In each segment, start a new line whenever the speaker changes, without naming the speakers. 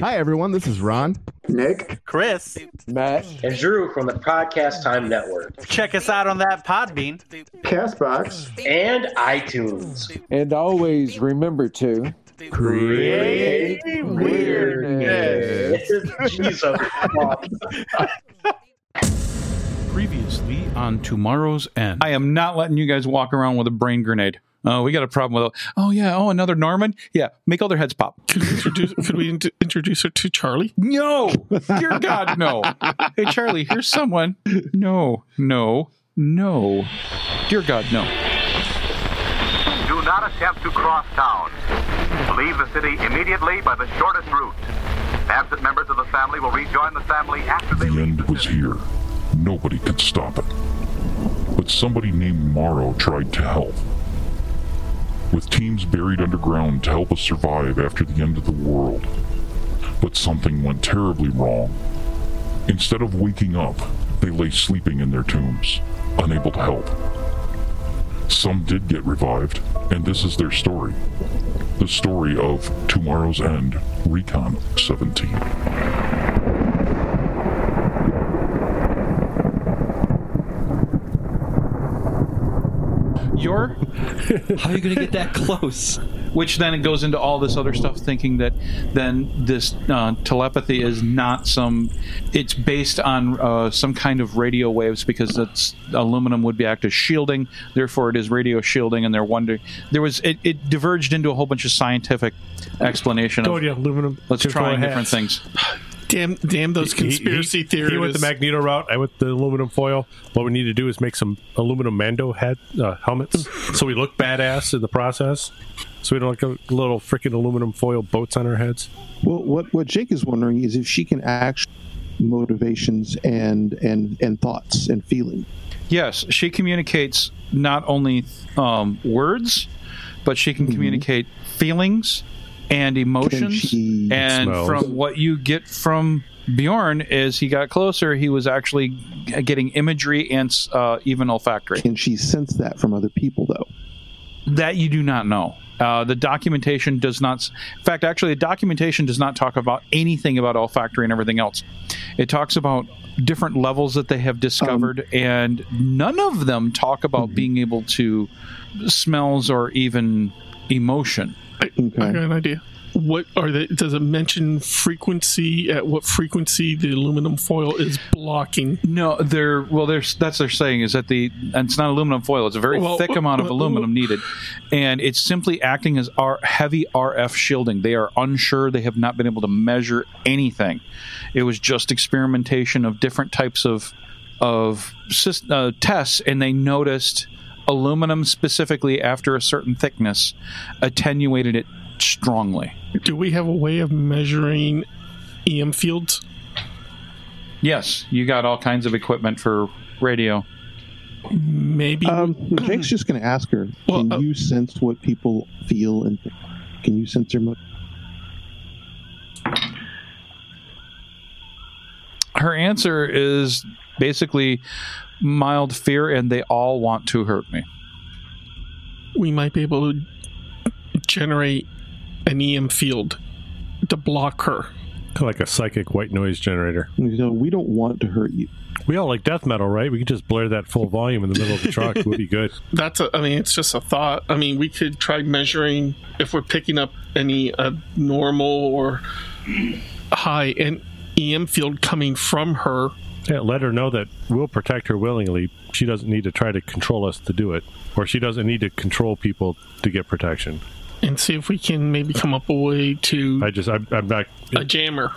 Hi, everyone. This is Ron.
Nick,
Chris,
Matt,
and Drew from the Podcast Time Network
check us out on that Podbean.
Castbox,
and iTunes.
and always remember to.
Create
weirdness.
This is Jesus.
Previously on Tomorrow's End. I am not letting you guys walk around with a brain grenade. Oh, we got a problem with it. Oh, yeah. Oh, another Norman? Yeah. Make all their heads pop.
Could we introduce, could we int- introduce her to Charlie?
No. Dear God, no. Hey, Charlie, here's someone. No, no, no. Dear God, no.
Do not attempt to cross town. Leave the city immediately by the shortest route. Absent members of the family will rejoin the family after they
The
leave
end
the
was
city.
here. Nobody could stop it. But somebody named Morrow tried to help. With teams buried underground to help us survive after the end of the world. But something went terribly wrong. Instead of waking up, they lay sleeping in their tombs, unable to help. Some did get revived, and this is their story. The story of Tomorrow's End, Recon 17.
Your,
How are you going to get that close?
which then it goes into all this other stuff, thinking that then this uh, telepathy is not some. It's based on uh, some kind of radio waves because that's aluminum would be act as shielding. Therefore, it is radio shielding, and they're wondering. There was it, it diverged into a whole bunch of scientific explanation.
Go
Of,
to aluminum.
let's
tinfoil
try
hats.
different things.
Damn, damn those conspiracy
he, he,
theories.
He went the Magneto route. I went the aluminum foil. What we need to do is make some aluminum Mando head uh, helmets, so we look badass in the process. So we don't look like little freaking aluminum foil boats on our heads.
Well, what what Jake is wondering is if she can actually motivations and and and thoughts and feeling.
Yes, she communicates not only um, words, but she can communicate feelings and
Mm-hmm. Can
emotions.
she?
and
smells.
from what you get from Bjorn, is he got closer, he was actually g- getting imagery and uh, even olfactory.
Can she sense that from other people though?
That you do not know. Uh, the documentation does not. s- In fact, actually, the documentation does not talk about anything about olfactory and everything else. It talks about different levels that they have discovered, and none of them talk about being able to smells or even emotion.
Okay.
I got an idea. What are they? Does it mention frequency? At what frequency the aluminum foil is blocking?
No, they're well. There's that's they're saying is that the and it's not aluminum foil. It's a very
Well,
thick amount of
well,
aluminum
well-
needed, and it's simply acting as R, heavy RF shielding. They are unsure. They have not been able to measure anything. It was just experimentation of different types of of sys- uh, tests, and they noticed aluminum specifically after a certain thickness attenuated it strongly.
Do we have a way of measuring EM fields?
Yes, you got all kinds of equipment for radio.
Maybe.
Um, well, Jake's just going to ask her.
Well,
Can
uh,
you sense what people feel and think? Can you sense their? Mo-
her answer is basically mild fear and they all want to hurt me
we might be able to generate an EM field to block her.
Kinda Like a psychic white noise generator.
no, we don't want to hurt you.
We all like death metal, right? We could just blare that full volume in the middle of the truck. We'll be good.
That's a, I mean, it's just a thought. I mean, we could try measuring if we're picking up any uh, normal or high and EM field coming from her.
Yeah, let her know that we'll protect her willingly. She doesn't need to try to control us to do it, or she doesn't need to control people to get protection.
and see if we can maybe come up a way to
I just, I'm, I'm not.
a jammer.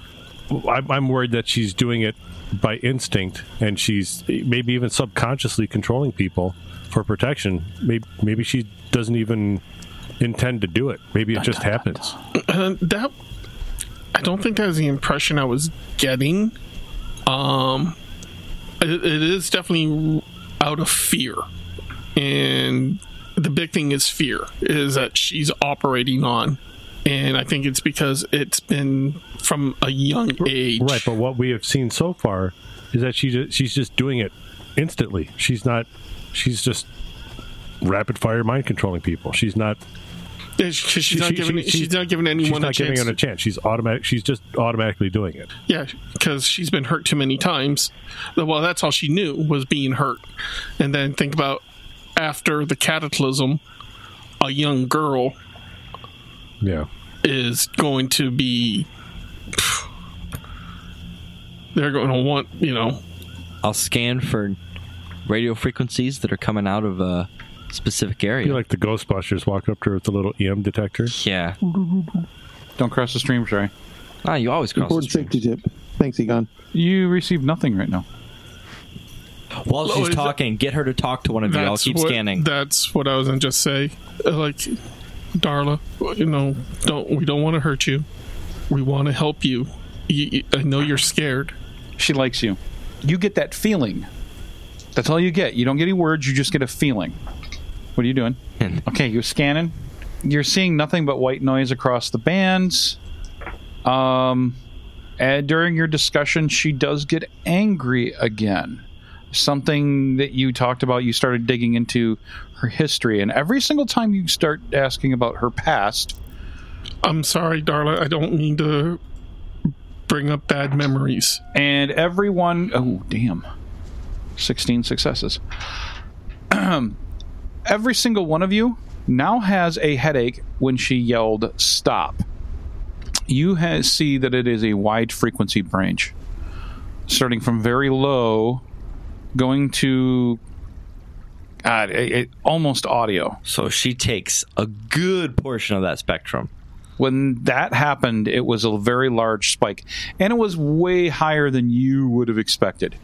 I'm, I'm worried that she's doing it by instinct, and she's maybe even subconsciously controlling people for protection. Maybe, maybe she doesn't even intend to do it. Maybe it just happens.
Uh, that I don't think that was the impression I was getting. Um, it, it is definitely out of fear, and the big thing is fear is that she's operating on, and I think it's because it's been from a young age.
Right, but what we have seen so far is that she ju- she's just doing it instantly. She's not. She's just rapid fire mind controlling people. She's not
Yeah, she- 'cause she's not giving- she's not giving anyone
she's not
a
giving
chance
it a
to-
chance. She's automatic. She's just automatically doing it.
Yeah, because she's been hurt too many times. Well, that's all she knew was being hurt. And then think about after the cataclysm, a young girl
Yeah.
is going to be. They're going to want, you know.
I'll scan for radio frequencies that are coming out of a specific area.
You're like the Ghostbusters walk up to her with the little EM detector.
Yeah.
Don't cross the stream, sorry.
Ah, you always cross.
Important safety tip. Thanks, Egon.
You receive nothing right now.
While
Well,
she's
is it-
talking, get her to talk to one of you. I'll keep
what,
scanning.
That's what I was going to just say. Uh, Like, Darla, you know, don't we don't want to hurt you. We want to help you. You- you. I know you're scared.
She likes you. You get that feeling. That's all you get. You don't get any words, you just get a feeling. What are you doing? Okay, you're scanning. You're seeing nothing but white noise across the bands. Um, and during your discussion, she does get angry again. Something that you talked about, you started digging into her history, and every single time you start asking about her past,
I'm sorry, Darla. I don't mean to bring up bad memories.
and everyone oh damn 16 successes every single one of you now has a headache when she yelled stop you ha- see that it is a wide frequency range starting from very low going to uh, it, it- almost audio
So she takes a good portion of that spectrum.
when that happened, it was a very large spike, and it was way higher than you would have expected.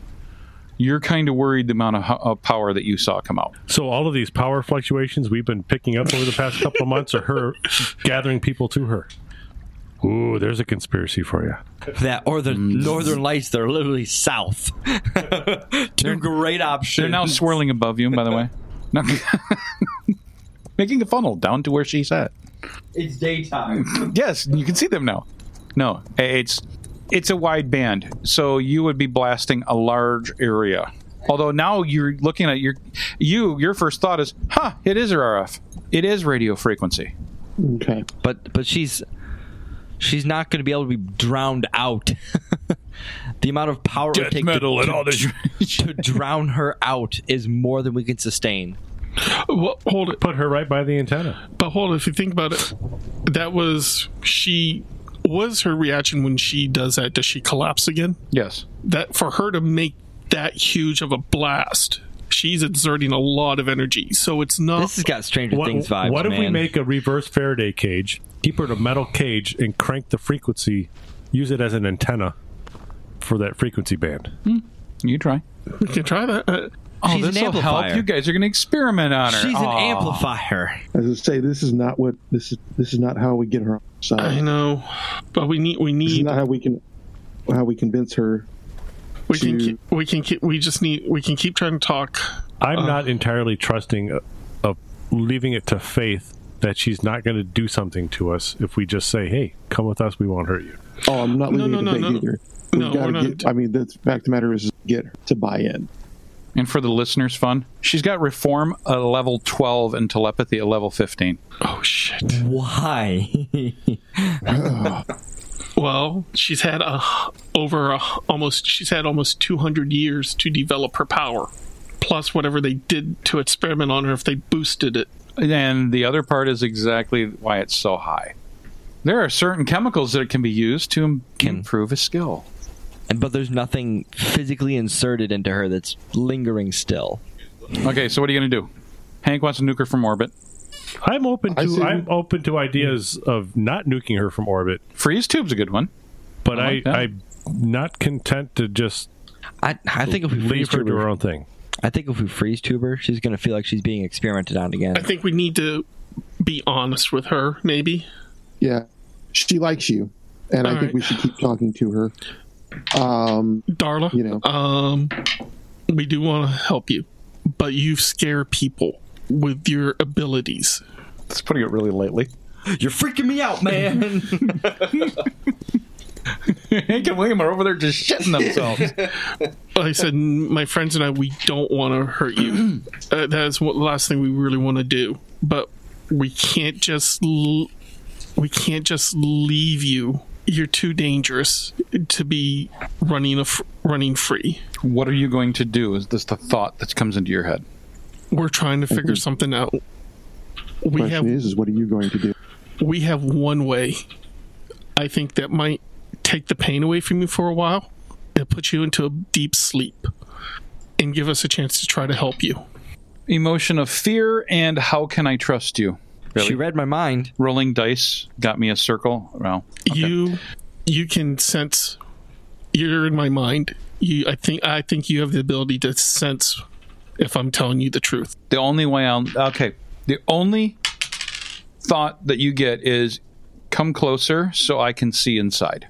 You're kind of worried the amount of, ho- of power that you saw come out.
So all of these power fluctuations we've been picking up over the past couple of months are her gathering people to her. Ooh, there's a conspiracy for you.
That or the
Mm.
northern lights that are literally south. 2 great options.
They're now swirling above you, by the way, No. making a funnel down to where she's at.
it's daytime.
Yes, you can see them now. No, it's it's a wide band, so you would be blasting a large area. Although now you're looking at your you your first thought is, huh, it is RF. It is radio frequency.
Okay.
But but she's she's not going to be able to be drowned out. the amount of power it would take to, to, to drown her out is more than we can sustain.
Well, hold it.
Put her right by the antenna.
But hold it. If you think about it, that was she. what Is her reaction when she does that? Does she collapse again?
Yes.
That for her to make that huge of a blast, she's exerting a lot of energy. So it's not.
This has got Stranger
What,
Things vibes.
what if we
man.
make a reverse Faraday cage, keep her in a metal cage, and crank the frequency, use it as an antenna for that frequency band?
You try.
we can try that. Uh,
oh,
She's an
this'll
amplifier.
You guys are going to experiment on her.
She's an
Aw.
amplifier.
As I say, this is not what this is. This is not how we get her on our
I
side.
know, but we need. We
This is
need.
not how we can how we convince her.
we can.
to-
Keep, we can. Keep, we just need. We can keep trying to talk.
I'm
Uh.
not entirely trusting of, of leaving it to faith that she's not going to do something to us if we just say, "Hey, come with us. We won't hurt you."
Oh, I'm not leaving
no,
it to
no,
fate
no.
either.
No,
gotta
we're not.
Get, I mean, the fact of the matter is, get her to buy in.
And for the listeners' fun, she's got reform at level 12 and telepathy at level 15.
Oh shit.
Why?
Well, she's had a over a, almost she's had almost 200 years to develop her power, plus whatever they did to experiment on her if they boosted it.
And the other part is exactly why it's so high. There are certain chemicals that can be used to im-
Can-
improve a skill.
and but there's nothing physically inserted into her that's lingering still.
Okay, so what are you going to do? Hank wants to nuke her from orbit.
I'm open
I see.
to I'm open to ideas of not nuking her from orbit,
Freeze tube's a good one.
but
I
I,
like that.
I'm not content to just
I I think if we freeze
leave her
tube
to
her,
her own thing.
I think if we freeze tube her, she's gonna feel like she's being experimented on again.
I think we need to be honest with her, maybe.
Yeah, she likes you, and I
All
think
right.
we should keep talking to her. Um,
Darla,
you know,
um we do want to help you, but you scare people with your abilities.
That's putting it really lightly.
You're freaking me out, man.
Hank and William are over there just shitting themselves.
Like I said n- my friends and I we don't want to hurt you. uh, that is what the last thing we really want to do, but we can't just l- we can't just leave you. You're too dangerous to be running a f- running free.
What are you going to do? Is this the thought that comes into your head?
We're trying to figure something out. We
question
have
is, is what are you going to do?
we have one way. I think that might take the pain away from you for a while. It puts you into a deep sleep and give us a chance to try to help you.
Emotion of fear and how can I trust you?
She read my mind.
Rolling dice got me a circle. Well,
You you can sense you're in my mind. You I think I think you have the ability to sense if I'm telling you the truth.
the only way I'll okay. The only thought that you get is come closer so I can see inside.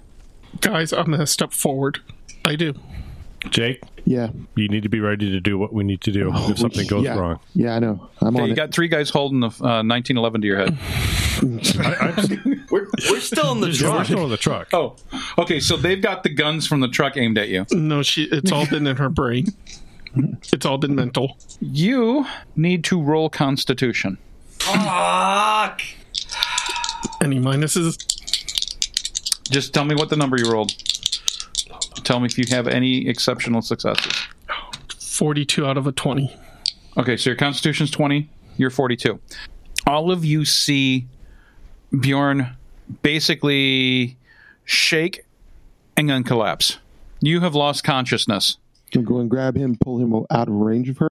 Guys, I'm going to step forward. I do.
Jake,
Yeah,
you need to be ready to do what we need to do if something goes
Oh, yeah,
wrong.
yeah, I know. I'm
Okay,
on
you
it.
got three guys holding the uh, 1911 to your head.
We're, we're still in the
We're
truck.
still in the truck.
Oh, okay. So they've got the guns from the truck aimed at you.
No, she it's all been in her brain. It's all been mental.
You need to roll Constitution.
Fuck.
Any minuses?
Just tell me what the number you rolled. Tell me if you have any exceptional successes.
42 out of a 20.
Okay, so your constitution's 20, you're 42. All of you see Bjorn basically shake and then collapse. You have lost consciousness.
Can we go and grab him, pull him out of range of her.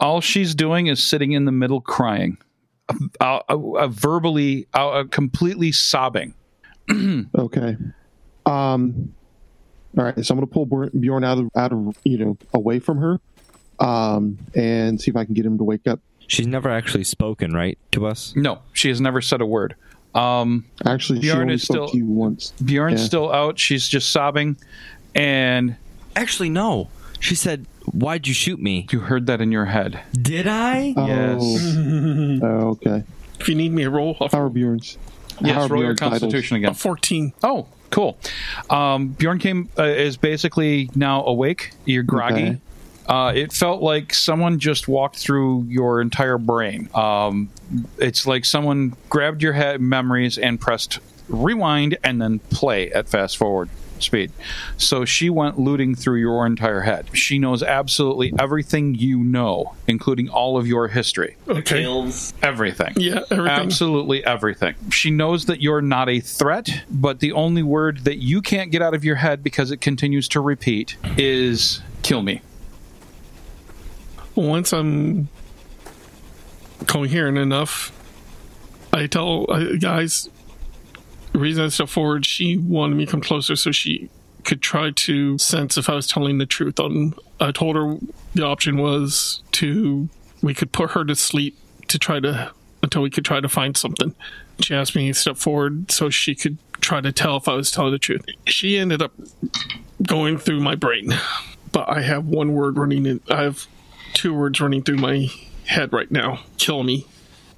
All she's doing is sitting in the middle crying, uh, uh, uh, verbally, uh, uh, completely sobbing.
Okay. Um. All right. So I'm gonna pull Bor- Bjorn out of out of you know away from her, um, and see if I can get him to wake up.
She's never actually spoken, right, to us?
No, she has never said a word. Um,
Actually, she
Bjorn
only
is
spoke
still-
to you once.
Bjorn's
Yeah.
still out. She's just sobbing. And
Actually, no. She said, "Why'd you shoot me?" Uh,
you heard that in your head.
Did I?
Yes.
Oh, okay.
If you need me a roll, I'll
How are Bjorn's? how
Yes,
are
roll your
Bjorn's vitals?
constitution again.
14.
Oh, cool. Um, Bjorn came uh, is basically now awake. You're groggy.
Okay.
Uh, it felt like someone just walked through your entire brain. Um, it's like someone grabbed your head memories and pressed rewind and then play at fast forward speed. So she went looting through your entire head. She knows absolutely everything you know, including all of your history.
Okay.
Everything.
Yeah, everything.
Absolutely everything. She knows that you're not a threat, but the only word that you can't get out of your head because it continues to repeat is kill me.
Once I'm coherent enough, I tell uh, guys, the reason I stepped forward, she wanted me to come closer so she could try to sense if I was telling the truth. On I told her the option was to we could put her to sleep to try to until we could try to find something. She asked me to step forward so she could try to tell if I was telling the truth. She ended up going through my brain, but I have one word running in. I have two words running through my head right now. Kill me.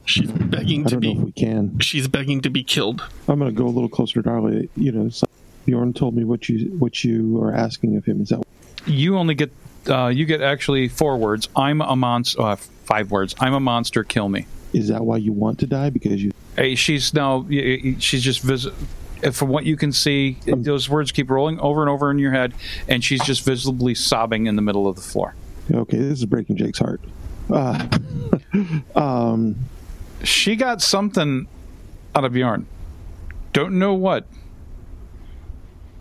She's begging
I
to
don't know
be
if we can.
she's begging to be killed.
I'm gonna go a little closer to Darla. You know, so Bjorn told me what you what you are asking of him. Is that
You only get uh, you get actually four words. I'm a monster. Uh, five words. I'm a monster. Kill me.
is that why you want to die? Because you
Hey, she's now y- y- she's just vis- From what you can see, those words keep rolling over and over in your head, and she's just visibly sobbing in the middle of the floor.
okay? This is breaking Jake's heart.
She got something out of Yarn. Don't know what.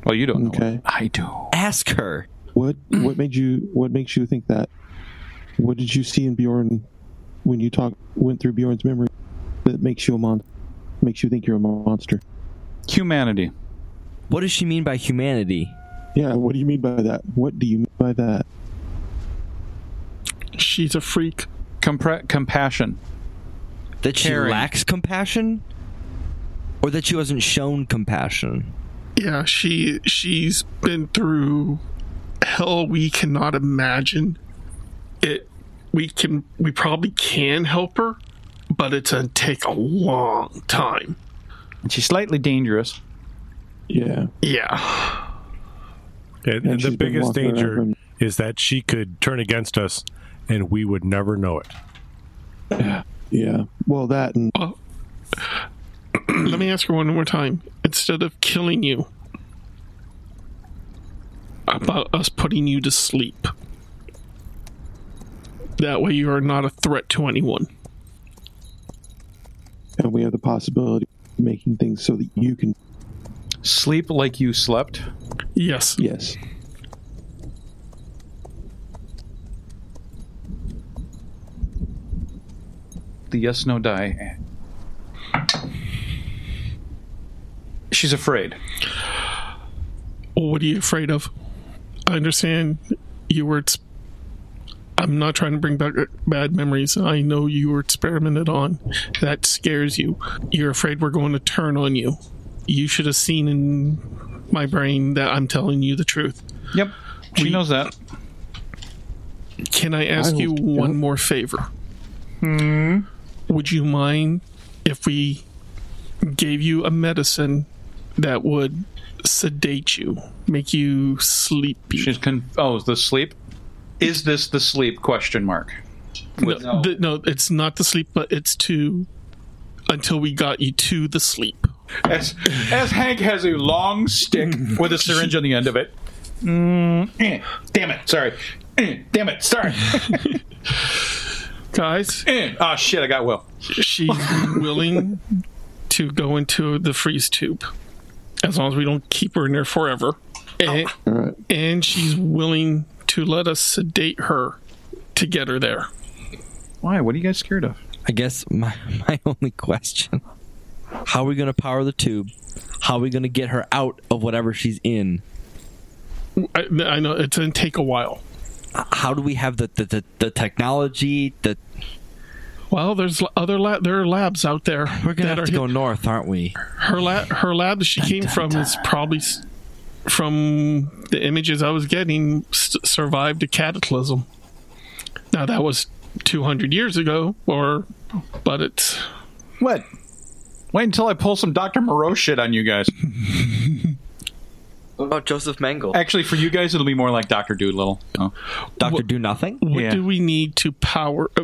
Well, you don't know.
Okay.
what. I do.
Ask her.
What what made you what makes you think that? What did you see in Bjorn when you talk went through Bjorn's memory that makes you a monster? Makes you think you're a monster?
Humanity.
What does she mean by humanity?
Yeah. What do you mean by that? What do you mean by that?
She's a freak.
Compre- compassion.
That she
Caring.
lacks compassion, or that she wasn't shown compassion?
Yeah, she she's been through hell we cannot imagine. It we can we probably can help her, but it's gonna take a long time.
And she's slightly dangerous.
Yeah.
Yeah.
And,
And
and the
she's been
biggest
walking around
danger
and-
is that she could turn against us and we would never know it.
Yeah. Well, that and
Well, let me ask her one more time. Instead of killing you, how about us putting you to sleep. That way, you are not a threat to anyone.
and we have the possibility of making things so that you can
Sleep like you slept.
Yes.
Yes.
The yes no die. She's afraid.
What are you afraid of? I understand you were. Ex- I'm not trying to bring back bad memories. I know you were experimented on. That scares you. You're afraid we're going to turn on you. You should have seen in my brain that I'm telling you the truth.
Yep. She knows that.
Can I ask you one more favor? Hmm. Would you mind if we gave you a medicine that would sedate you, make you sleepy?
She's con- oh the sleep. Is this the sleep? Question mark.
No, th- no, it's not the sleep, but it's to until we got you to the sleep.
As as Hank has a long stick with a syringe on the end of it. Mm, eh, damn it! Sorry. Eh, damn it! Sorry.
Guys.
Eh, oh shit! I got Will.
She's willing to go into the freeze tube as long as we don't keep her in there forever. And, and she's willing to let us sedate her to get her there.
Why? What are you guys scared of?
I guess my my only question: How are we going to power the tube? How are we going to get her out of whatever she's in?
I, I know it's going to take a while.
How do we have the the, the, the technology? The
Well, there's l- other la- there are labs out there. We're
gonna have to go north, aren't we?
her la- her lab that she came from is probably s- from the images I was getting s- survived a cataclysm. Now that was 200 years ago, or but it's
What? Wait until I pull some Dr. Moreau shit on you guys.
What about Joseph Mangle?
Actually, for you guys, it'll be more like Doctor Doolittle. Oh.
Doctor Do Nothing.
what
Yeah.
do we need to power? uh,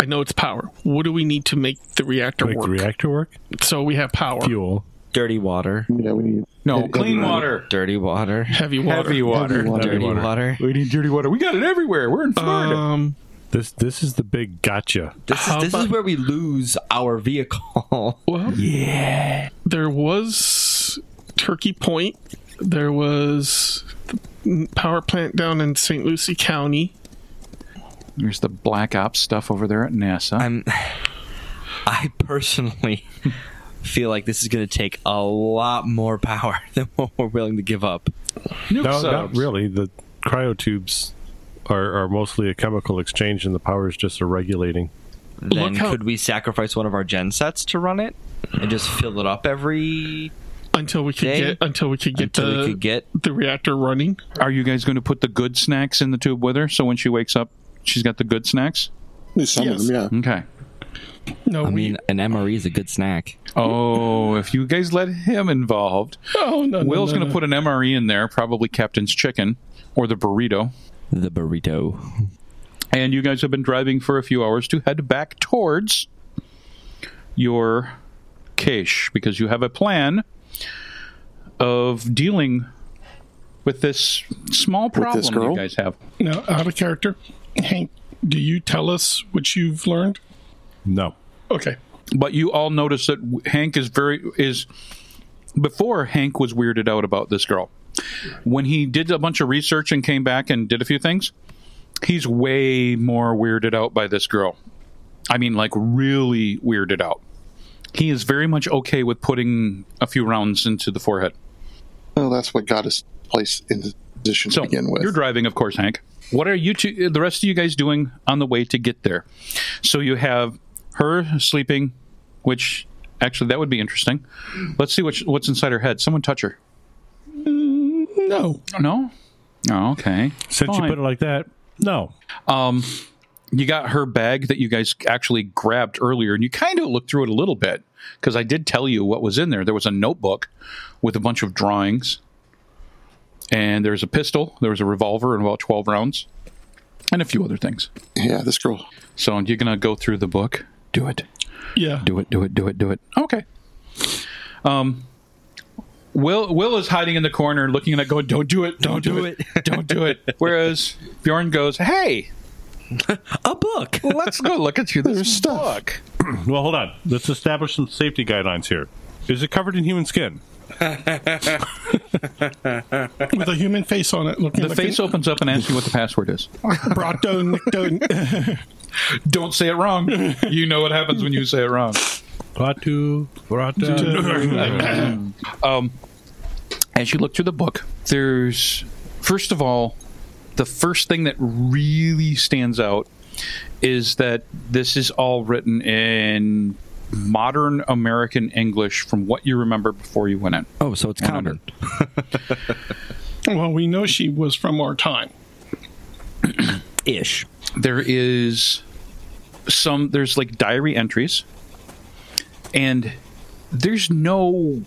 I know it's power. What do we need to make the reactor
Make
work?
the reactor work.
so we have power,
Fuel.
Dirty water.
yeah we need
No, clean water,
Dirty water.
heavy water.
heavy water.
Heavy water.
Dirty water.
We need dirty water. We got it everywhere. We're in Florida.
Um,
This this is the big gotcha.
This is
How
this is
about-
where we lose our vehicle.
well, yeah. There was Turkey Point. There was the power plant down in St. Lucie County.
There's the black ops stuff over there at NASA.
I'm I personally feel like this is going to take a lot more power than what we're willing to give up.
Nuke
No, not
subs.
really. The cryo tubes are, are mostly a chemical exchange, and the power is just a regulating.
Then
Look how-
could we sacrifice one of our gen sets to run it and just fill it up every
until we could
Day?
get until we could get
until
the
we could get
the reactor running.
Are you guys going to put the good snacks in the tube with her so when she wakes up, she's got the good snacks?
some
Yes.
of them yeah
Okay.
No,
I
we.
mean an MRE is a good snack.
Oh, if you guys let him involved,
oh no, no,
Will's
no,
going to
no.
put an MRE in there, probably Captain's Chicken or the burrito.
The burrito.
and you guys have been driving for a few hours to head back towards your cache because you have a plan of dealing with this small problem
this
you
girl?
guys have.
No, out of character. Hank, do you tell us what you've learned?
No.
Okay.
But you all notice that w- Hank is very is before Hank was weirded out about this girl. When he did a bunch of research and came back and did a few things, he's way more weirded out by this girl. I mean like really weirded out. He is very much okay with putting a few rounds into the forehead.
Well, that's what got us placed in the position
So
to begin with.
you're driving, of course, Hank. What are you two, the rest of you guys doing on the way to get there? So you have her sleeping, which actually that would be interesting. Let's see what's what's inside her head. Someone touch her.
No.
No. Oh, okay.
Since
Fine.
you put it like that, no.
You got her bag that you guys actually grabbed earlier, and you kind of looked through it a little bit because I did tell you what was in there. There was a notebook with a bunch of drawings, and there's a pistol, there was a revolver, and about twelve rounds, and a few other things.
yeah, this girl.
So you're gonna go through the book. Do it.
Yeah.
Do it. Do it. Do it. Do it. Okay. Um, Will Will is hiding in the corner, looking at it, going, "Don't do it! Don't, do, it! Don't do it!" Whereas Bjorn goes, "Hey,
a book.
Let's go look at you. This book.
well, hold on. Let's establish some safety guidelines here. Is it covered in human skin?
With a human face on it. Looking
The
like
face opens up and asks you what the password is.
Brato Nicto.
Don't say it wrong. You know what happens when you say it wrong.
Ratu, ratu.
um, as you look through the book, there's first of all, the first thing that really stands out is that this is all written in modern American English from what you remember before you went in.
Oh, so it's common.
well, we know she was from our time.
Ish.
There is some there's like diary entries and there's no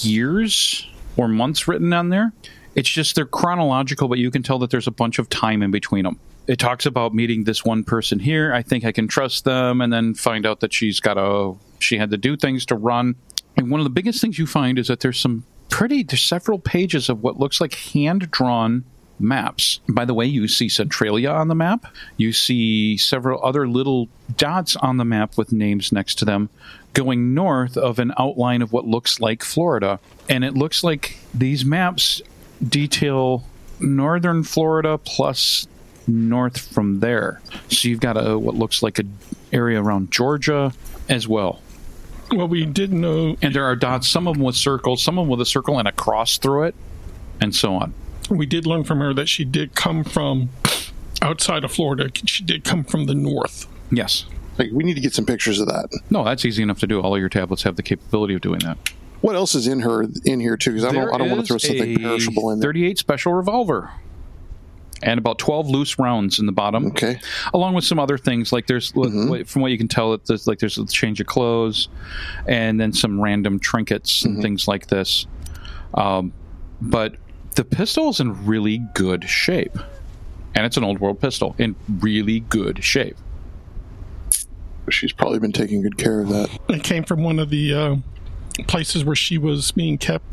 years or months written on there. It's just they're chronological, but you can tell that there's a bunch of time in between them. It talks about meeting this one person here. I think I can trust them, and then find out that she's got a she had to do things to run. And one of the biggest things you find is that there's some pretty there's several pages of what looks like hand drawn maps. By the way, you see Centralia on the map. You see several other little dots on the map with names next to them going north of an outline of what looks like Florida. And it looks like these maps detail northern Florida plus north from there. So you've got a what looks like an area around Georgia as well.
Well, we did know
And there are dots, some of them with circles, some of them with a circle and a cross through it, and so on.
we did learn from her that she did come from outside of Florida. She did come from the north.
Yes.
Like, we need to get some pictures of that.
No, that's easy enough to do. All of your tablets have the capability of doing that.
What else is in her in here too? Because I don't, I don't want to
is
throw something
a
perishable in there.
38 special revolver. And about 12 loose rounds in the bottom.
Okay. Mm-hmm.
Along with some other things like there's what- from what you can tell that there's like there's a change of clothes and then some random trinkets
Mm-hmm.
and things like this. Um, but the pistol is in really good shape. And it's an old world pistol in really good shape.
She's probably been taking good care of that.
It came from one of the uh, places where she was being kept.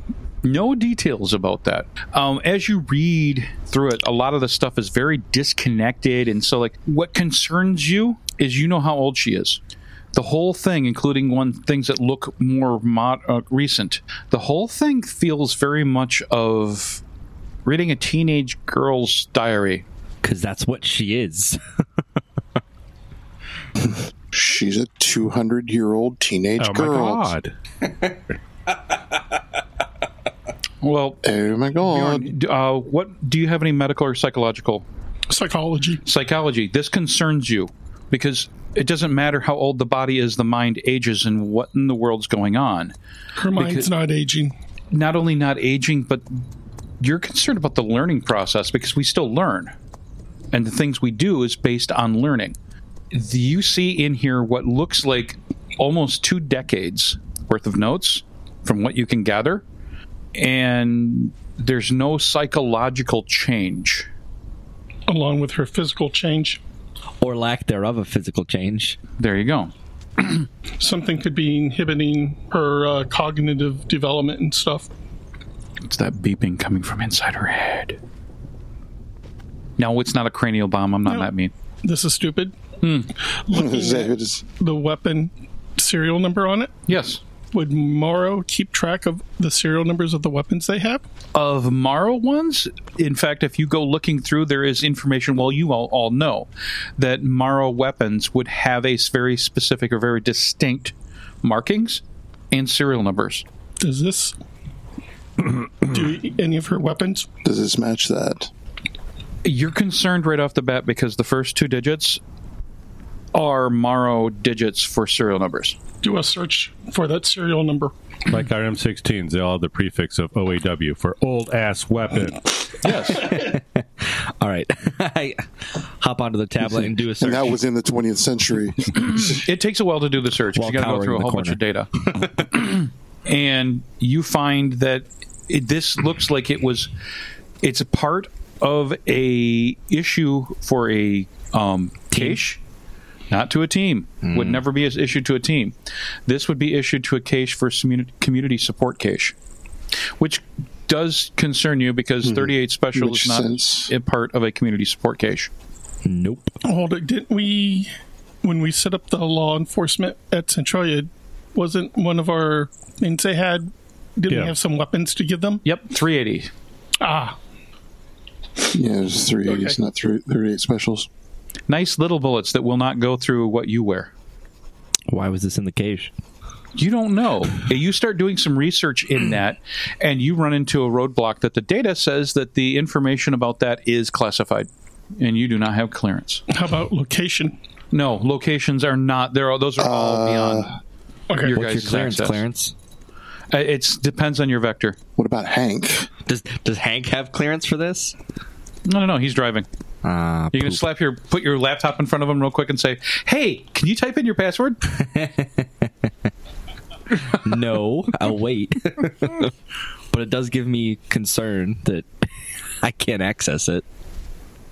no details about that. Um, as you read through it, a lot of the stuff is very disconnected. And so, like, what concerns you is you know how old she is. The whole thing, including one things that look more mod, uh, recent, the whole thing feels very much of reading a teenage girl's diary.
Because that's what she is.
She's a 200 year old teenage
Oh my
girl.
god!
Well,
Oh my god.
Bjorn, d- uh, what do you have any medical or psychological
Psychology.
psychology. This concerns you because it doesn't matter how old the body is, the mind ages, and what in the world's going on.
Her mind's
Because-
not aging.
Not only not aging, but you're concerned about the learning process because we still learn. And the things we do is based on learning. You see in here what looks like almost two decades worth of notes from what you can gather. And there's no psychological change.
along with her physical change.
or lack thereof of physical change.
There you go.
Something could be inhibiting her uh, cognitive development and stuff.
It's that beeping coming from inside her head. No, it's not a cranial bomb. I'm not
No.
that mean.
This is stupid.
Is that- it is-
The weapon serial number on it.
Yes.
Would Morrow keep track of the serial numbers of the weapons they have?
Of Morrow ones, in fact, if you go looking through, there is information. Well, you all, all know that Morrow weapons would have a s- very specific or very distinct markings and serial numbers.
Does this do any of her weapons?
Does this match that?
You're concerned right off the bat because the first two digits are Morrow digits for serial numbers.
Do a search for that serial number.
like our M16s, they all have the prefix of OAW for old ass weapon.
All right. I hop onto the tablet and do a search.
And that was in the 20th century.
It takes a while to do the search
While
because you got to go
cowering
through a
in the
whole bunch of data, and you find that it, this looks like it was. It's a part of a issue for a um, cache not to a team. Would never be is- issued to a team. This would be issued to a cache for community, community support cache, which does concern you because 38 special
Which
is not a part of a community support cache. Nope.
Hold it. Didn't we, when we set up the law enforcement at Centralia, wasn't one of our things they had? Didn't
Yeah.
we have some weapons to give them?
Yep, 380.
Ah,
Yeah, there's three
Okay.
eighties, not three, 38 specials.
Nice little bullets that will not go through what you wear.
Why was this in the cage?
You don't know. you start doing some research in that, and you run into a roadblock that the data says that the information about that is classified, and you do not have clearance.
how about location?
No, locations are not. There are those are all beyond.
Okay.
What's your
Your guys'
clearance?
access.
Clearance?
Uh, It depends on your vector.
What about Hank?
Does Does Hank have clearance for this?
No, no, no. He's driving.
Uh,
You can slap your put your laptop in front of him real quick and say, "Hey, can you type in your password?"
no, I'll wait. but it does give me concern that I can't access it.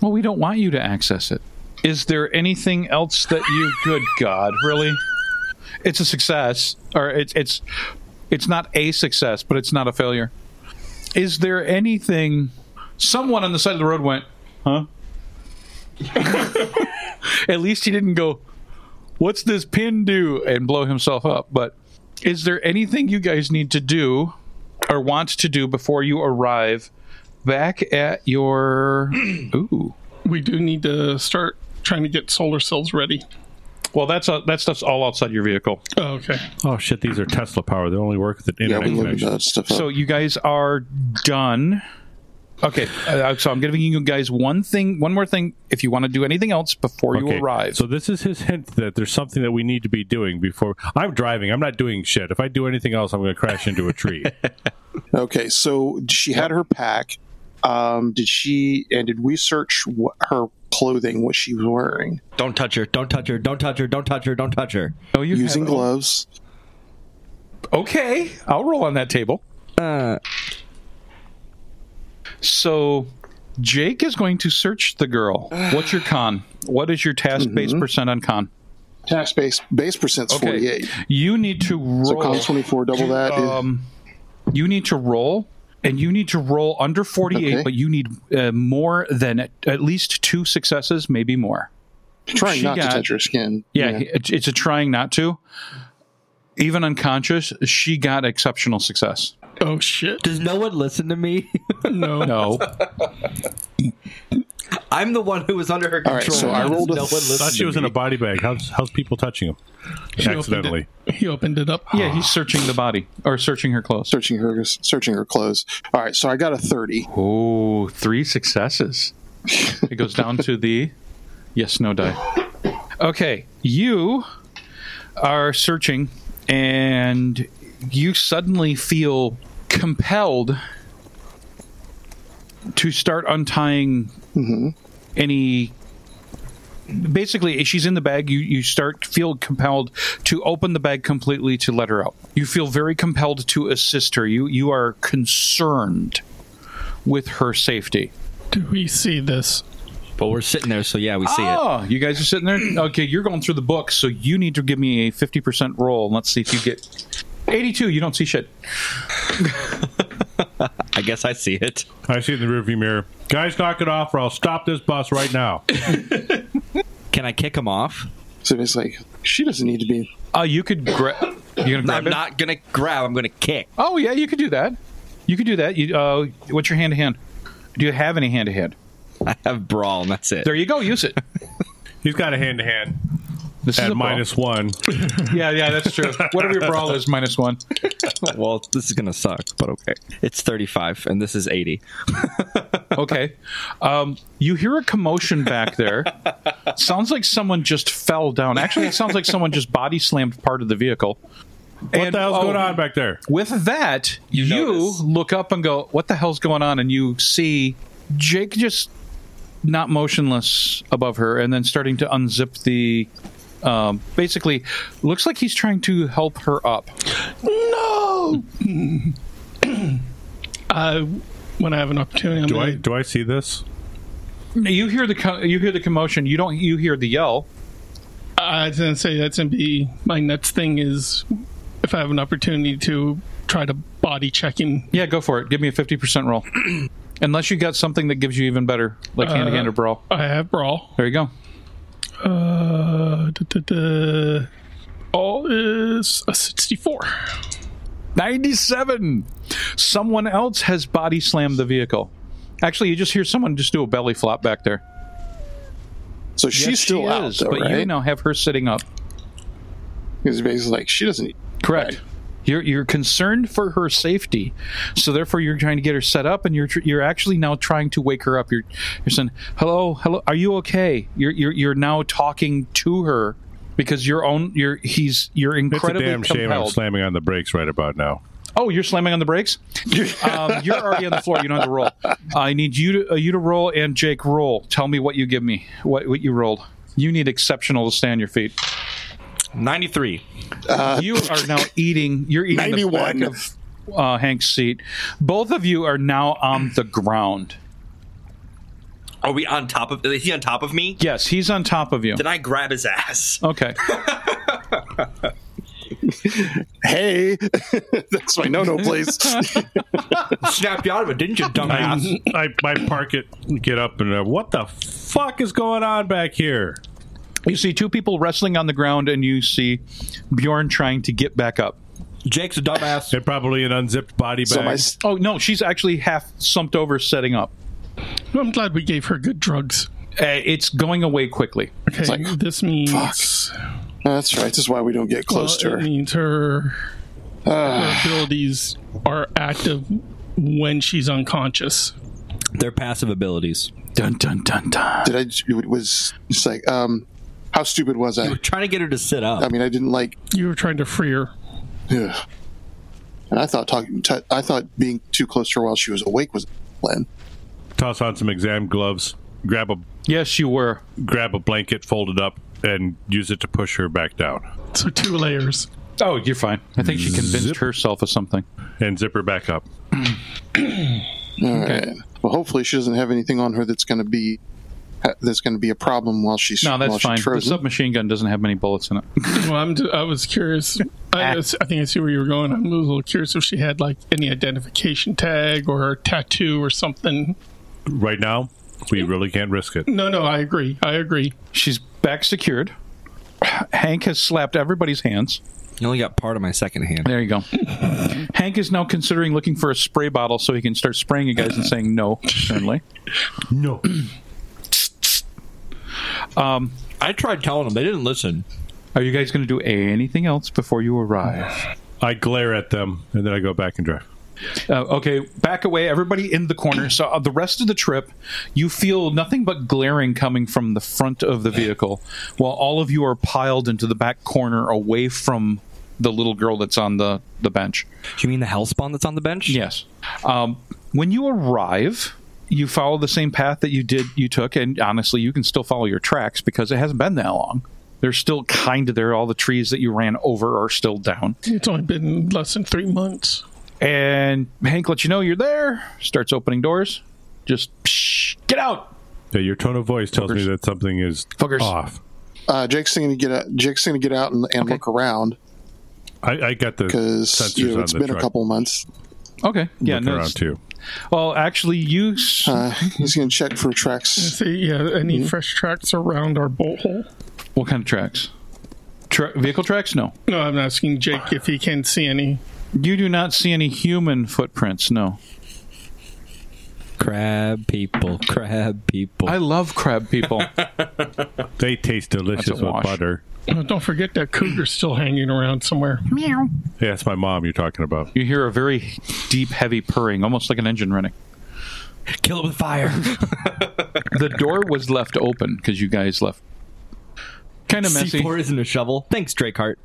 Well, we don't want you to access it. Is there anything else that you? Good God, really? It's a success, or it's it's it's not a success, but it's not a failure. Is there anything? Someone on the side of the road went, huh? At least he didn't go. What's this pin do? And blow himself up. But is there anything you guys need to do or want to do before you arrive back at your? Ooh.
We do need to start trying to get solar cells ready.
Well, that's uh, that stuff's all outside your vehicle.
Oh, okay.
Oh shit! These are Tesla power. They only work with an
Yeah,
internet
we looked
connection.
that stuff up.
So you guys are done. Okay, uh, so I'm giving you guys one thing, one more thing. If you want to do anything else before
Okay,
you arrive,
So this is his hint that there's something that we need to be doing before. I'm driving. I'm not doing shit. If I do anything else, I'm going to crash into a tree.
Okay, so she had her pack. Um, did she and did we search what, her clothing, what she was wearing,
Don't touch her. Don't touch her. Don't touch her. Don't touch her. Don't touch her.
oh, you
using
have-
gloves?
Okay, I'll roll on that table.
Uh,
So Jake is going to search the girl. What's your con? What is your
Mm-hmm.
task-based percent on con?
Task base base percent's
Okay.
forty eight.
You need to roll.
So con twenty four, double that. is-
Um, you need to roll, and you need to roll under 48,
Okay.
but you need uh, more than at, at least two successes, maybe more.
trying
she
not
got-
to touch her skin.
Yeah, it- it's a trying not to. Even unconscious, she got exceptional success.
Oh shit.
does no one listen to me?
No.
No.
I'm the one who was under her control.
All right, so I
Does
rolled a
no one listen
Thought she
to
was in
me?
a body bag. How's how's people touching him?
He
Accidentally.
Opened it, he opened it up.
yeah, he's searching the body or searching her clothes.
searching her searching her clothes. All right, so I got a thirty.
Oh, three successes. it goes down to the yes, no die. Okay, you are searching and you suddenly feel compelled to start untying
Mm-hmm.
any basically she's in the bag you you start feel compelled to open the bag completely to let her out you feel very compelled to assist her you you are concerned with her safety
Do we see this?
But we're sitting there, so yeah, we see it.
oh you guys are sitting there okay you're going through the book so you need to give me a 50% roll and let's see if you get 82 you don't see shit
I guess I see it.
I see it in the rearview mirror. Guys, knock it off, or I'll stop this bus right now.
Can I kick him off?
So it's like she doesn't need to be.
uh you could grab you're gonna grab
I'm
it?
not gonna grab. I'm gonna kick.
oh yeah you could do that you could do that you uh what's your hand to hand do you have any hand to hand
I have brawl, and that's it.
there you go use it
He's got a hand to hand
this is
at
a brawl.
minus one.
yeah yeah that's true whatever your brawl is minus one
well, this is gonna suck, but okay. It's 35, and this is 80.
Okay. Um, you hear a commotion back there. sounds like someone just fell down. Actually, it sounds like someone just body slammed part of the vehicle. oh,
What the hell's going on back there?
With that, you,
notice.
look up and go, What the hell's going on? And you see Jake just not motionless above her and then starting to unzip the. Um, basically, looks like he's trying to help her up.
No. I when I have an opportunity, I'm
Do I
gonna,
do I see this?
You hear the co- you hear the commotion. You don't you hear the yell.
I?
I was gonna say that's gonna be my next thing is if I have an opportunity to try to body check him.
Yeah, go for it. Give me a fifty percent roll. Unless you got something that gives you even better, like hand to hand
Uh,
or brawl.
I have brawl.
There you go.
Uh, duh, duh, duh. all is a sixty-four.
97 someone else has body slammed the vehicle actually you just hear someone just do a belly flop back there
so she's still out, though,
but you
right?
now have her sitting up
Because basically, like, she doesn't.
correct you're, you're concerned for her safety so therefore you're trying to get her set up and you're tr- you're actually now trying to wake her up you're you're saying hello hello are you okay you're you're, you're now talking to her because your own you're he's you're
It's a
incredibly
damn shame I'm
compelled.
slamming on the brakes right about now.
Oh, you're slamming on the brakes. um, you're already on the floor. You don't have to roll. I need you to uh, you to roll and Jake roll. Tell me what you give me. What what you rolled. You need exceptional to stay on your feet.
Ninety three.
you are now eating. You're eating the
91.
back of uh, Hank's seat. Both of you are now on the ground.
Are we on top of? Is he on top of me?
Yes, he's on top of you.
Then I grab his ass.
Okay.
Hey, that's my no-no place.
Snapped you out of it, didn't you, dumbass?
I, I park it, get up, and uh, what the fuck is going on back here?
You see two people wrestling on the ground, and you see Bjorn trying to get back up.
Jake's a dumbass.
They're probably an unzipped body bag.
So my
Oh no, she's actually half slumped over, setting up.
Well, I'm glad we gave her good drugs.
Uh, it's going away quickly.
Okay, this means
That's right. This is why we don't get close to
well,
her.
it
Ah.
means her, her abilities are active when she's unconscious.
They're passive abilities.
Dun dun dun dun.
Did I? It was it's like, um, how stupid was I?
We're trying to get her to sit up.
I mean, I didn't like.
You were trying to free her.
Ugh. And I thought talking. T- I thought being too close to her while she was awake was plan.
toss on some exam gloves, grab a
Yes, you were.
grab a blanket folded up, and use it to push her back down
So two layers.
Oh, you're fine. I think she convinced
Zip.
herself of something.
and zip her back up.
All right. Well, hopefully she doesn't have anything on her that's going to be ha- that's going to be a problem while she's
No,
while
that's
she's
fine. The
frozen.
submachine gun doesn't have many bullets in it.
Well, I'm, I was curious.
Ah.
I, I think I see where you were going. I'm a little curious if she had like any identification tag or tattoo or something.
Right now, we really can't risk it.
No, no, I agree. I agree.
She's back secured. Hank has slapped everybody's hands.
You only got part of my second hand.
There you go. Hank is now considering looking for a spray bottle so he can start spraying you guys and saying no, certainly.
No,
I tried telling them, they didn't listen.
Are you guys going to do anything else before you arrive?
I glare at them, and then I go back and drive.
Uh, okay, back away. Everybody in the corner. So uh, the rest of the trip, you feel nothing but glaring coming from the front of the vehicle, while all of you are piled into the back corner, away from the little girl that's on the the bench.
You mean the hellspawn that's on the bench?
Yes. Um, when you arrive, you follow the same path that you did you took, and honestly, you can still follow your tracks because it hasn't been that long. They're still kind of there. All the trees that you ran over are still down.
It's only been less than three months.
And Hank lets you know you're there. Starts opening doors. Just psh, get out.
Yeah, your tone of voice tells me that something is
Fuckers.
off.
uh, Jake's going to get out, Jake's going to get out and, and look around
I, I got the
because
sensors
you know,
on
it's
the
been
truck.
a couple months.
Okay. Yeah.
Look
No,
around
it's-
too.
well, actually, you. s-
Uh, he's going to check for tracks.
See, yeah, any
Mm-hmm.
fresh tracks around our bolt hole?
what kind of tracks? Tra- vehicle tracks? No.
No, I'm asking Jake if he can see any.
You do not see any human footprints. No.
Crab people, crab people.
I love crab people.
They taste delicious
That's a
with
wash.
butter.
Oh, don't forget that cougar's still hanging around somewhere.
Yeah, that's my mom you're talking about.
you hear a very deep, heavy purring, almost like an engine running.
Kill it with fire.
The door was left open because you guys left. Kind of messy.
C4 isn't a shovel. Thanks, Drakehart.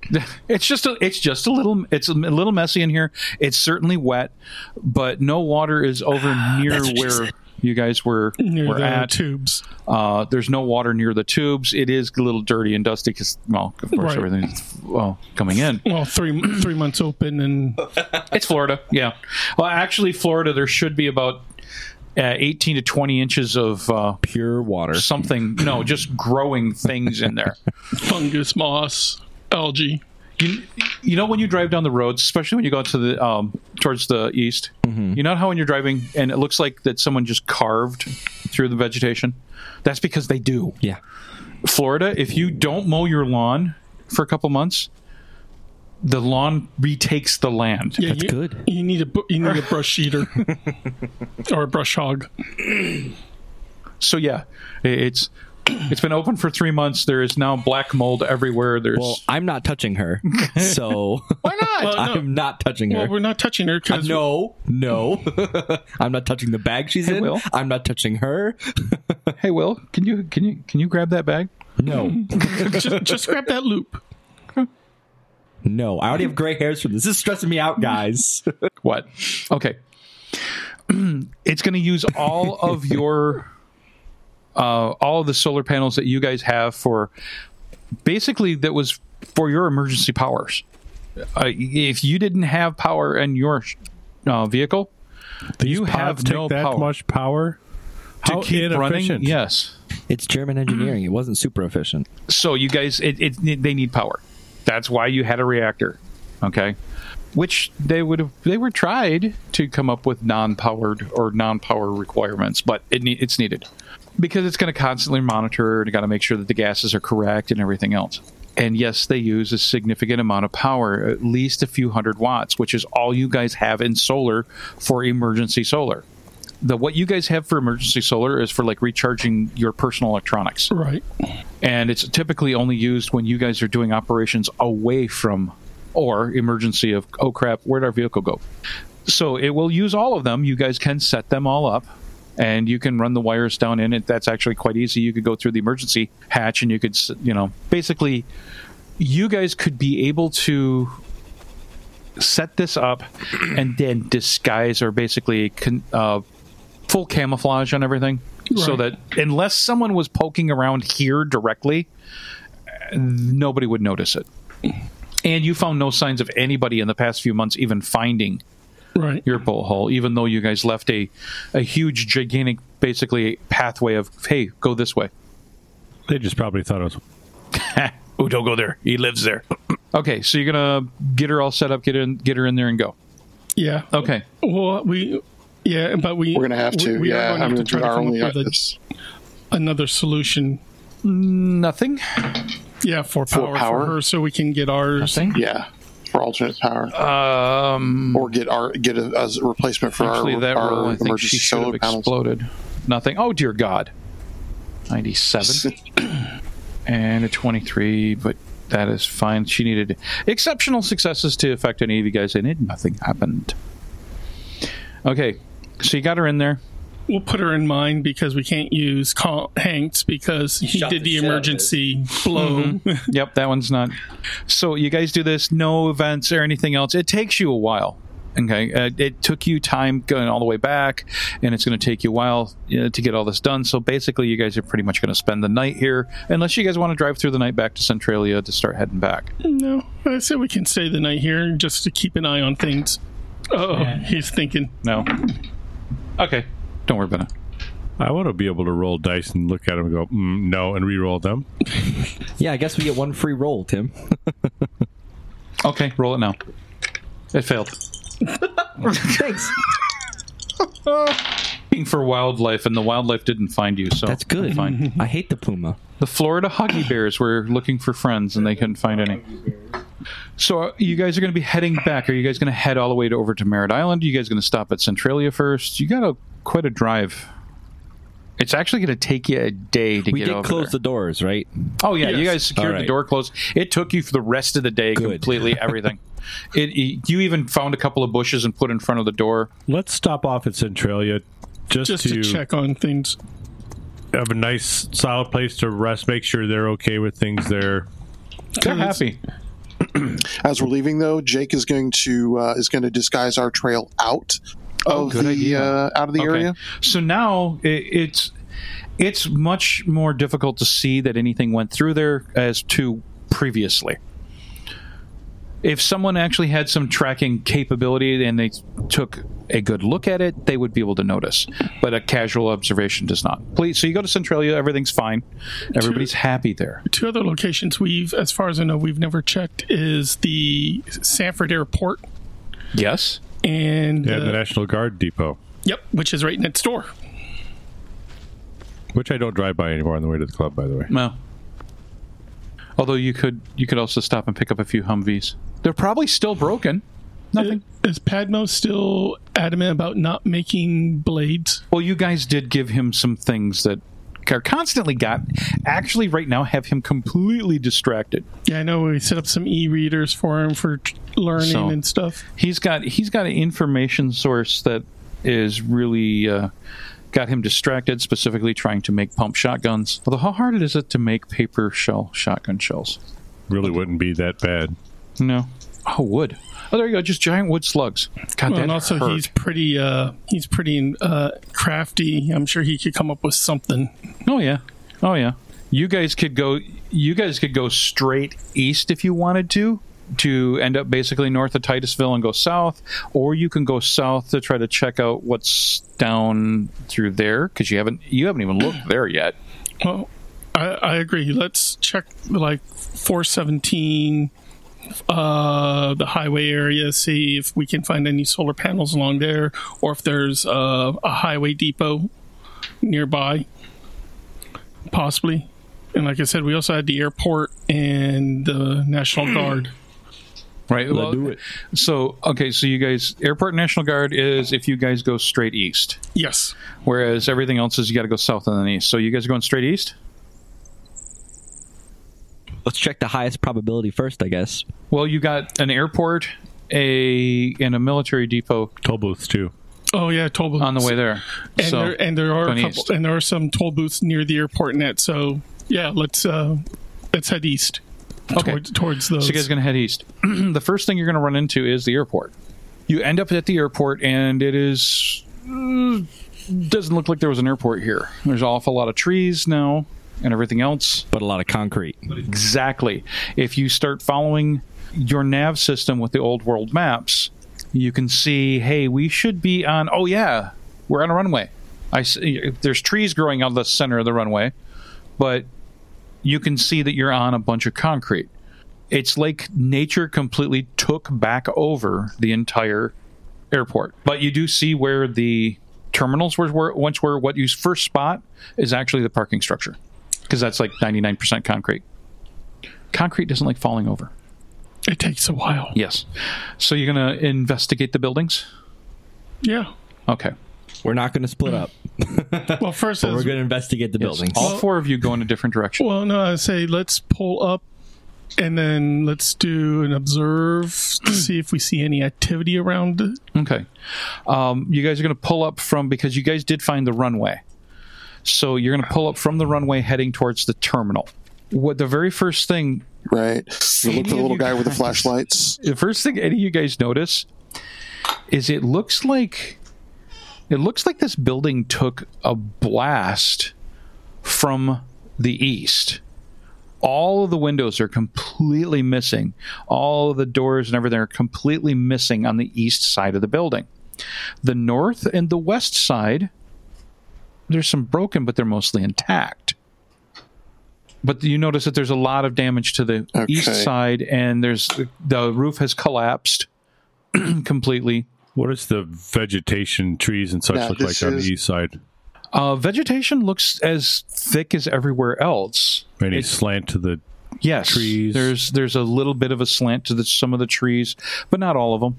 It's just a, it's just a little, it's a little messy in here. It's certainly wet, but no water is over near
what she
where
said.
you guys were
Near
were
the
at.
tubes.
Uh, there's no water near the tubes. It is a little dirty and dusty because, well, of
Right.
course, everything's well coming in.
Well, three three months open and
It's Florida, yeah. Well, actually, Florida, there should be about uh, 18 to 20 inches of uh,
pure water.
Something, no, just growing things in there.
Fungus, moss, algae.
You, you know when you drive down the roads, especially when you go to the um, towards the east, you know how when you're driving and it looks like that someone just carved through the vegetation. That's because they do.
Yeah,
Florida. If you don't mow your lawn for a couple months, the lawn retakes the land.
Yeah, you, You need a bu- you need a brush eater or a brush hog.
So yeah, i- it's it's been open for three months. There is now black mold everywhere. There's
Well, I'm not touching her, so why
not?
I'm not touching her.
Well, we're not touching her
Uh,
because
no, no, I'm not touching the bag she's in.
Will.
I'm not touching her.
hey, Will, can you can you can you grab that bag?
No,
just, just grab that loop.
no, I already have gray hairs from this. This is stressing me out, guys.
What? Okay. it's going to use all of your uh, all of the solar panels that you guys have for basically that was for your emergency powers. Uh, if you didn't have power in your uh, vehicle, you have
Pods take
no
that
power
much power.
to
How
keep running.
inefficient.
Yes.
It's German engineering. It wasn't super efficient.
So you guys, it, it they need power. That's why you had a reactor, okay? Which they would have they were tried to come up with non-powered or non-power requirements, but it ne- it's needed because it's going to constantly monitor and got to make sure that the gases are correct and everything else. And yes, they use a significant amount of power, at least a few hundred watts, which is all you guys have in solar for emergency solar. The what you guys have for emergency solar is for like recharging your personal electronics
Right.
and it's typically only used when you guys are doing operations away from or emergency of oh crap where'd our vehicle go so it will use all of them you guys can set them all up and you can run the wires down in it that's actually quite easy you could go through the emergency hatch and you could s- you know basically you guys could be able to set this up and then disguise or basically con- uh, full camouflage on everything so that unless someone was poking around here directly uh, nobody would notice it and you found no signs of anybody in the past few months even finding
Right.
your bolt hole even though you guys left a, a huge gigantic basically pathway of hey go this way
They just probably thought it was
oh don't go there he lives there okay so you're gonna get her all set up get in get her in there and go
Yeah.
okay
Well, we. Yeah, but we
We're gonna have to,
are
yeah.
gonna
I
have
mean,
to try to
our
come
only- uh,
up with a, another solution.
Nothing.
Yeah, for
For
power, for
power?
her, so we can get ours.
Yeah, for alternate power.
Um,
Hmm.
or get our get a, a replacement for
Actually,
our,
that
our
roll, I think
emergency
she should have
solar panels.
exploded. Nothing. Oh, dear God. 97. and a 23, but that is fine. She needed exceptional successes to affect any of you guys, and it nothing happened. Okay, so you got her in there.
We'll put her in mind because we can't use call, Hanks because he
Shot
did the
the shit out of it.
emergency blow.
yep, that one's not. So you guys do this, no events or anything else. It takes you a while. Okay, uh, it took you time going all the way back, and it's going to take you a while uh, to get all this done. So basically, you guys are pretty much going to spend the night here, unless you guys want to drive through the night back to Centralia to start heading back.
No, I said we can stay the night here just to keep an eye on things. Oh, he's thinking.
No. Okay, don't worry about it.
I want to be able to roll dice and look at them and go, mm, no, and re-roll them.
Yeah, I guess we get one free roll, Tim.
Okay, roll it now. It failed.
Thanks.
Looking for wildlife, and the wildlife didn't find you. So
That's good.
Oh, Fine.
I hate the puma.
The Florida Huggy Bears were looking for friends and they couldn't find any. So uh, you guys are going to be heading back. Are you guys going to head all the way to over to Merritt Island? Are you guys going to stop at Centralia first? You got a quite a drive. It's actually going to take you a day to
We
get
did
over
close
there.
the doors, right?
Oh yeah, you
Yes.
guys secured
All
the
right.
door closed. It took you for the rest of the day completely everything. It, it- you even found a couple of bushes and put in front of the door.
Let's stop off at Centralia just,
Just to check on things.
have a nice, solid place to rest, make sure they're okay with things there.
They're happy.
As we're leaving, though, Jake is going to uh, is going to disguise our trail out of the Uh, out of the
Okay.
area.
So now i it's it's much more difficult to see that anything went through there as to previously. if someone actually had some tracking capability and they took a good look at it, they would be able to notice. But a casual observation does not. Please, so you go to Centralia, everything's fine, everybody's happy there.
Two other locations we've, as far as I know, we've never checked is the Sanford Airport
Yes.
and
Yeah,
uh,
the National Guard depot,
yep, which is right next door.
which I don't drive by anymore on the way to the club, by the way.
Well, although you could you could also stop and pick up a few Humvees. They're probably still broken.
Nothing. Is Padmo still adamant about not making blades?
Well, you guys did give him some things that are constantly got. Actually, right now, have him completely distracted.
Yeah, I know we set up some e-readers for him for t- learning
So- uh,
and stuff.
He's got he's got an information source that is really uh, got him distracted. Specifically, trying to make pump shotguns. Although, how hard is it to make paper shell shotgun shells?
Really wouldn't be that bad.
No. Oh, wood. Oh, there you go. Just giant wood slugs. God,
Well,
that
and also
hurt.
he's pretty uh he's pretty uh crafty. I'm sure he could come up with something.
Oh yeah. Oh yeah. You guys could go you guys could go straight east if you wanted to to end up basically north of Titusville and go south or you can go south to try to check out what's down through there cuz you haven't you haven't even looked there yet.
Well, I, I agree. Let's check like 417, uh, the highway area, see if we can find any solar panels along there, or if there's uh, a highway depot nearby, possibly. And like I said, we also had the airport and the
Hmm.
National Guard.
Right.
Let's
well,
do it.
So, okay, so you guys Airport National Guard is if you guys go straight east.
Yes.
Whereas everything else is you got to go south and then east. So you guys are going straight east?
Let's check the highest probability first, I guess.
Well, you got an airport, a and a military depot.
Toll booths too.
Oh yeah, toll booths
On the way there.
And,
So,
there, and there are a
going
couple,
east.
and there are some toll booths near the airport net. So yeah, let's uh, let's head east.
Okay.
Towards, towards those.
So you guys are going to head east. the first thing you're going to run into is the airport. You end up at the airport, and it is uh, doesn't look like there was an airport here. There's an awful lot of trees now and everything else,
but a lot of concrete.
Exactly. If you start following your nav system with the old world maps, you can see, hey, we should be on. Oh yeah, we're on a runway. I see, there's trees growing out of the center of the runway, but you can see that you're on a bunch of concrete. It's like nature completely took back over the entire airport. But you do see where the terminals were, were once were what you first spot is actually the parking structure because that's like 99% concrete. Concrete doesn't like falling over.
It takes a while.
Yes. So you're going to investigate the buildings?
Yeah.
Okay.
We're not going to split up.
well, first
we're going to investigate the
Yes.
buildings.
All four of you go in a different direction.
Well, no, I say let's pull up and then let's do an observe to see if we see any activity around. it.
Okay. Um, you guys are going to pull up from because you guys did find the runway. So you're going to pull up from the runway heading towards the terminal. What the very first thing
Right. You
Any
look for
of
the little
you
guy with the
guys-
flashlights.
the first thing any of you guys notice is it looks like it looks like this building took a blast from the east. All of the windows are completely missing. All of the doors and everything are completely missing on the east side of the building. The north and the west side, there's some broken, but they're mostly intact. But you notice that there's a lot of damage to the east
Okay.
side, and there's the roof has collapsed completely.
What does the vegetation, trees, and such
Yeah,
look like
this
on the
is-
east side?
Uh, vegetation looks as thick as everywhere else.
Any slant to the
Yes, trees. There's there's a little bit of a slant to the, some of the trees, but not all of them.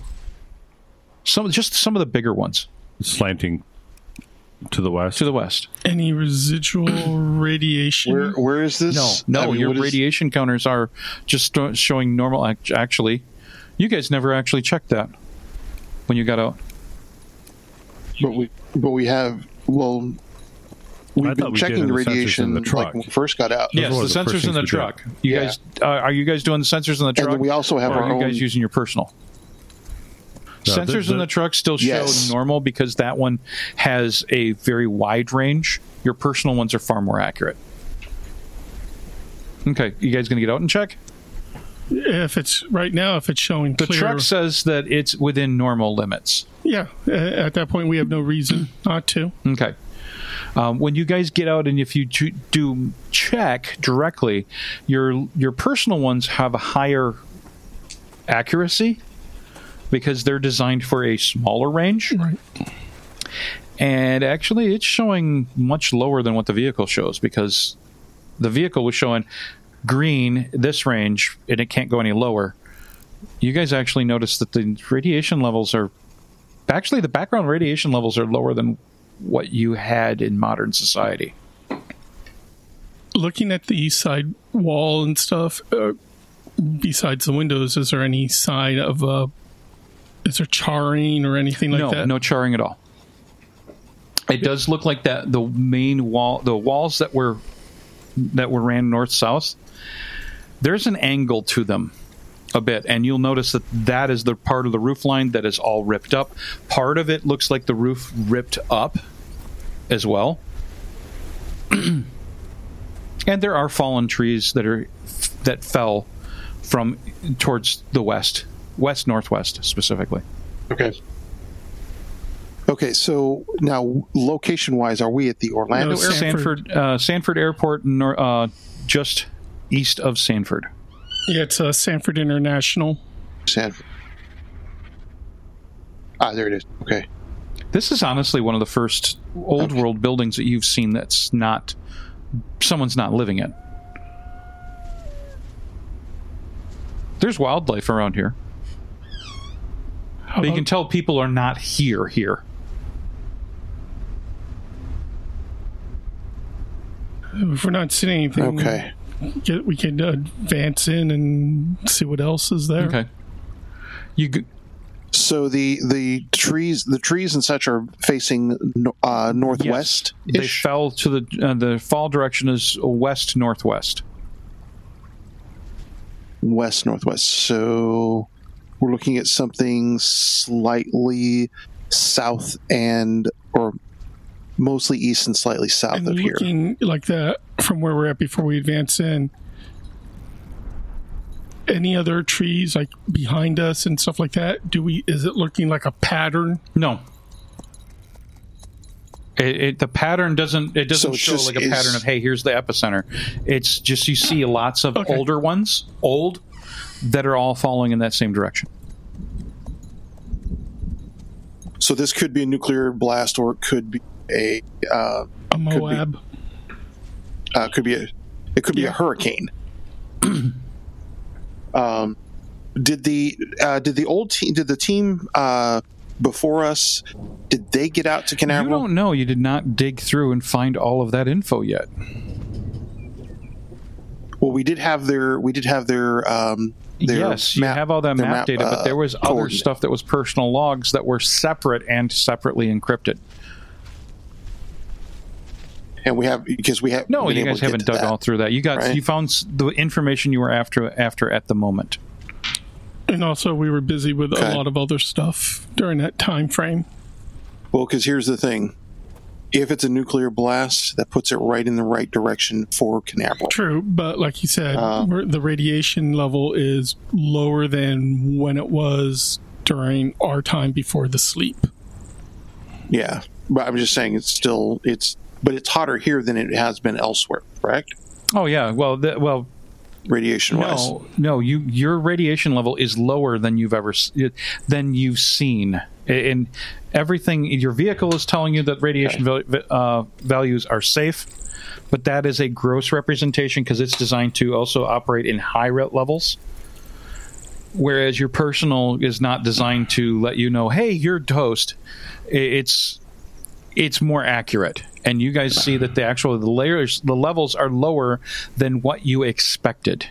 Some just some of the bigger ones
slanting to the west?
to the west.
Any residual radiation?
Where where is this?
No, no,
I mean,
your
what is-
radiation counters are just sto- showing normal. Act- actually, you guys never actually checked that when you got out.
But we but we have well
I
we've
thought
been
we did
checking
in
the
the sensors in
radiation
the
like
truck.
when we first got out.
yes, the, sensors in the truck. You
Yeah.
guys uh, are you guys doing the sensors in the truck?
And we also have
or
our
are you
own
guys using your personal?
No, the-
sensors in
the-
Uh, the truck still
Yes.
show normal because that one has a very wide range. Your personal ones are far more accurate. Okay, you guys gonna get out and check?
if it's right now, if it's showing
The
clear,
truck says that it's within normal limits.
yeah. a- At that point, we have no reason not to.
Okay. Um, when you guys get out, and if you do- do check directly, your your personal ones have a higher accuracy because they're designed for a smaller range.
Right.
And actually, it's showing much lower than what the vehicle shows because the vehicle was showing green this range, and it can't go any lower. You guys actually notice that the radiation levels are actually the background radiation levels are lower than what you had in modern society.
Looking at the side wall and stuff, uh, besides the windows, is there any sign of uh, is there charring or anything like
no,
that?
no charring at all. It does look like that the main wall, the walls that were that were ran north south. There's an angle to them a bit, and you'll notice that that is the part of the roof line that is all ripped up. Part of it looks like the roof ripped up as well. and there are fallen trees that are that fell from towards the west, west northwest specifically.
Okay. Okay, so now location wise, are we at the Orlando airport?
Sanford, uh, Sanford Airport, nor, uh, just east of Sanford.
Yeah, it's uh, Sanford International.
Sanford. Ah, there it is. Okay.
This is honestly one of the first old world buildings that you've seen that's not someone's not living in. There's wildlife around here. but you can tell people are not here here.
If we're not seeing anything,
Mm-hmm.
Okay.
Get, we can advance in and see what else is there.
Okay. You
so the the trees the trees and such are facing no- uh, northwest.
They fell to the uh, the fall direction is west northwest.
west northwest. So we're looking at something slightly south and or mostly east and slightly south of here.
looking like that from where we're at before we advance in. Any other trees like behind us and stuff like that? Do we? Is it looking like a pattern?
No. It, it, the pattern doesn't it doesn't
So it's
show
just-
like a
it's-
pattern of hey here's the epicenter. It's just you see lots of older ones, old that are all following in that same direction.
So this could be a nuclear blast, or it could be a uh,
a Moab.
Could be, uh, could be a it could be a hurricane. um, did the uh, did the old team did the team uh, before us did they get out to
You
Canaveral?
don't know. You did not dig through and find all of that info yet.
Well, we did have their we did have their um, their
yes, you
map-
have all that
their
map, data, but
uh,
there was other
coordinate.
stuff that was personal logs that were separate and separately encrypted.
and we have because we have
No,
been
you
able
guys
to get
haven't
to
dug
that.
all through that. You got
right?
you found s- the information you were after after at the moment.
And also, we were busy with a lot of other stuff during that time frame.
Well, because here's the thing: if it's a nuclear blast, that puts it right in the right direction for Canaveral.
True, but like you said,
Uh,
we're- the radiation level is lower than when it was during our time before the sleep.
Yeah, but I'm just saying it's still it's but it's hotter here than it has been elsewhere. Correct?
Oh yeah. Well, the, well,
radiation wise.
No, no. You your radiation level is lower than you've ever s- than you've seen, and everything your vehicle is telling you that radiation val- uh, values are safe, but that is a gross representation because it's designed to also operate in high rate levels. Whereas your personal is not designed to let you know, hey, you're toast. I- It's it's more accurate and you guys see that the actual the layers the levels are lower than what you expected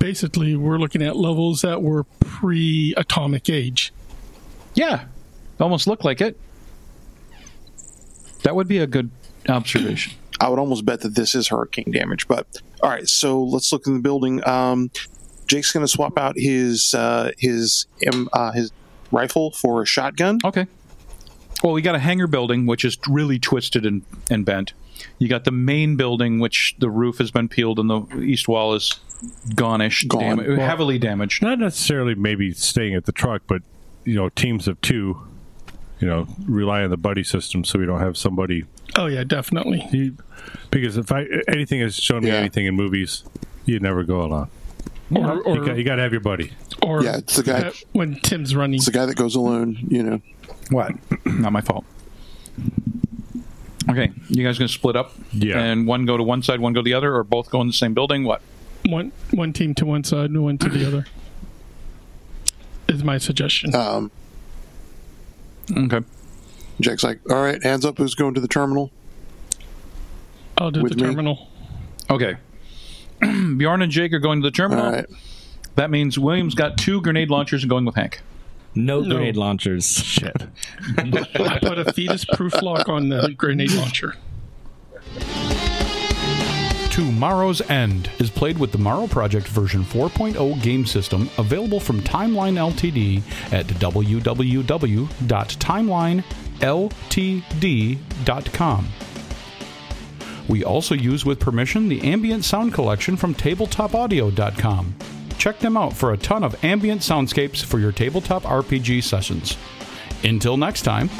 Basically, we're looking at levels that were pre atomic age.
yeah almost look like it that would be a good observation
I would almost bet that this is hurricane damage. But all right, so let's look in the building. Um, Jake's going to swap out
Oh.
his uh, his um, uh, his rifle for a shotgun.
Okay.
Well, we got a hangar building, which is really twisted and, and bent. You got the main building, which the roof has been peeled and the east wall is gone-ish,
Gone.
dam- heavily damaged.
Not necessarily maybe staying at the truck, but you know, teams of two. You know, rely on the buddy system so we don't have somebody.
Oh yeah, definitely.
You, because if I anything has shown me anything in movies, you never go alone.
Or- or-
you, got, to have your buddy.
Or
yeah, it's the guy
uh, when Tim's running.
It's the guy that goes alone. You know.
What? Not my fault. Okay, you guys gonna split up? Yeah. And one go to one side, one go to the other, or both go in the same building? What?
one one team to one side and one to the other is my suggestion.
Um,
okay.
Jack's like, all right, hands up. Who's going to the terminal?
I'll do
with
the
me?
terminal.
Okay. Bjorn and Jake are going to the terminal. That means William's got two grenade launchers and going with Hank.
No,
No. grenade
launchers. Shit.
I put a fetus proof lock on the grenade launcher.
Tomorrow's End is played with the Morrow Project version 4.0 game system available from Timeline Ltd at www.timelineltd.com. We also use with permission the ambient sound collection from tabletopaudio.com. Check them out for a ton of ambient soundscapes for your tabletop RPG sessions. Until next time,